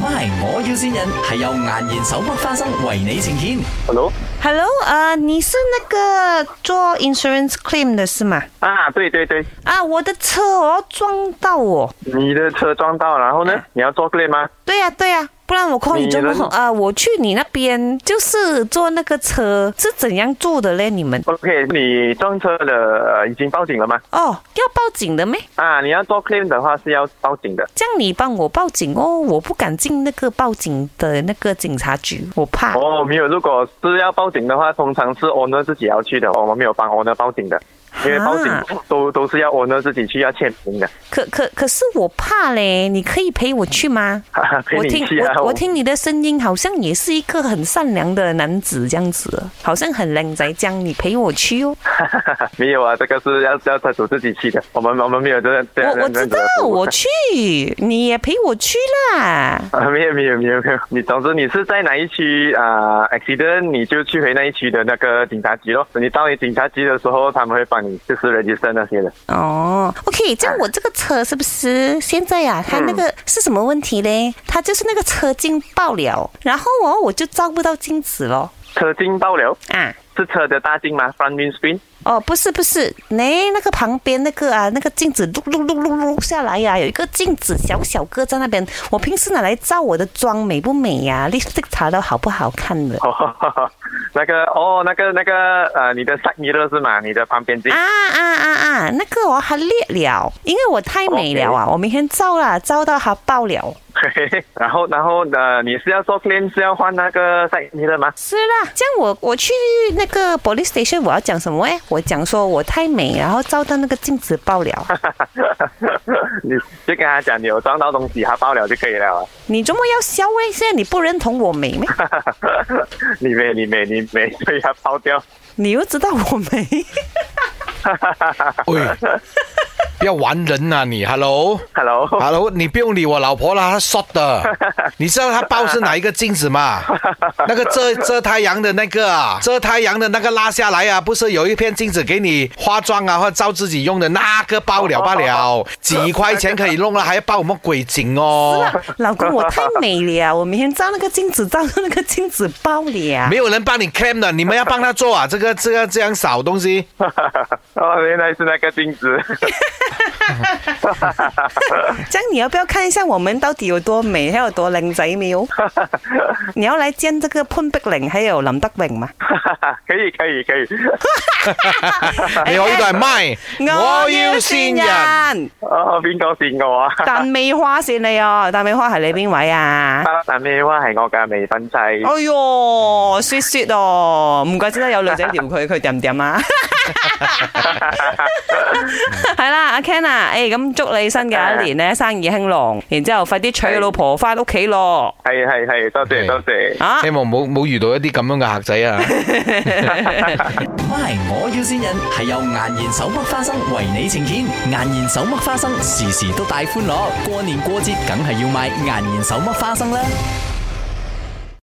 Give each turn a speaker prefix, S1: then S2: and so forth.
S1: MY，我要先人係由顏然手剝花生為你呈現。
S2: Hello，
S3: Hello，呃，你是那个做 insurance claim 的是吗？
S2: 啊，对对对，
S3: 啊，我的车哦撞到我。
S2: 你的车撞到，然后
S3: 啊
S2: 呢？你要做 claim 吗？
S3: 对呀、对呀、不然我 call 你
S2: 你
S3: 做不
S2: 人
S3: 好啊、我去你那边就是坐那个车是怎样坐的嘞？你们
S2: OK，你撞车了，呃已经报警了吗？
S3: 哦要报警的咩？
S2: 啊，你要做 claim 的话是要报警的。
S3: 这样你帮我报警哦，我不敢进那个报警的那个警察局，我怕。
S2: 哦，没有，如果是要报警的话，通常是 owner 自己要去的，我们没有帮 owner 报警的，因为
S3: 啊
S2: 报警都都是要 owner 自己去要签名的。
S3: 可可可是我怕嘞，你可以陪我去吗？
S2: 哈哈陪
S3: 我
S2: 你
S3: 听
S2: 去啊
S3: 我我
S2: 我
S3: 听你的声音，好像也是一个很善良的男子这样子，好像很靓仔这样，你陪我 去哦。
S2: 没有啊，这个是要要车主自己去的，我们我们没有这样这样
S3: 我我知道，我去，你也陪我去啦。
S2: 啊，没有没有没有 没有，你总之你是在哪一区啊、a c c i d e n t 你就去回那一区的那个警察局咯。你到你警察局的时候，他们会帮你就是 register 那些的。
S3: 哦，OK，这样我这个车是不是现在啊？它那
S2: 嗯
S3: 个是什么问题嘞？它就是那个车镜爆了，然后哦，我就照不到镜子咯。
S2: 车镜爆了，
S3: 啊。
S2: 是车的大镜吗？Front windscreen？
S3: 哦，不是不是，那那个旁边那个啊，那个镜子碌碌碌碌碌下来呀、有一个镜子小小个在那边，我平时拿来照我的妆美不美呀、l i p s t i c k 擦到好不好看的。
S2: 哦，那个哦，那个那个呃，你的 side mirror 是吗？你的旁边镜
S3: 啊。啊啊啊！那个哦，它裂了，因为我太美了啊我明天照啦，照到它爆了。
S2: 然后然后呃，你是要做 claim 是要换那个 side mirror 吗？
S3: 是啦，这样我我去那个 police station，我要讲什么？哎，我讲说我太美，然后照到那个镜子爆了。
S2: 你就跟他讲你有撞到东西，他爆了就可以了啊。
S3: 你这么要笑哎？现在你不认同我美咩？
S2: 你没你没你没，所以他爆掉。
S3: 你又知道我美？
S4: 喂， 不要玩人啊你，Hello。
S2: Hello。
S4: Hello，你不用理我老婆啦，她 short 的。你知道她抱是哪一个镜子吗？那个遮遮太阳的那个啊，遮太阳的那个拉下来啊，不是有一片镜子给你化妆啊或照自己用的那个包了罢了，几块钱可以弄啊了，还要报我们鬼景哦。
S3: 老公，我太美 了，我明天照那个镜子，照那个镜子爆了
S4: 没。有人帮你 claim 的，你们要帮他做啊，这个这个这样少东西。
S2: 哦，原来是那个镜子。
S3: 这样你要不要看一下我们到底有多美，还有多靓仔没 有？你要来见这个潘碧玲还有林德荣吗？
S2: 可以可以可以。
S4: 你可以代卖，
S3: 善
S4: 先。
S3: 啊
S2: 哦，邊個是我啊？
S3: 但美花善你啊，但美花係你邊位 啊？
S2: 但咩話係我嘅未婚妻。
S3: 哎哟，雪雪哦，唔怪之得有女仔撩 佢，佢掂唔掂啊？
S4: 嗯
S3: 係啦，阿 Ken 啊，诶、咁祝你新嘅一年咧生意興隆，然之后快啲娶個老婆翻屋企咯。
S2: 係係係，多謝多謝。
S3: 啊
S4: 希！望冇冇遇到一啲咁樣嘅客仔啊！
S1: MY，我要先人係由顏然手剝花生為你呈現。顏然手剝花生時時都帶歡樂，過年過節梗係要買顏然手剝花生啦。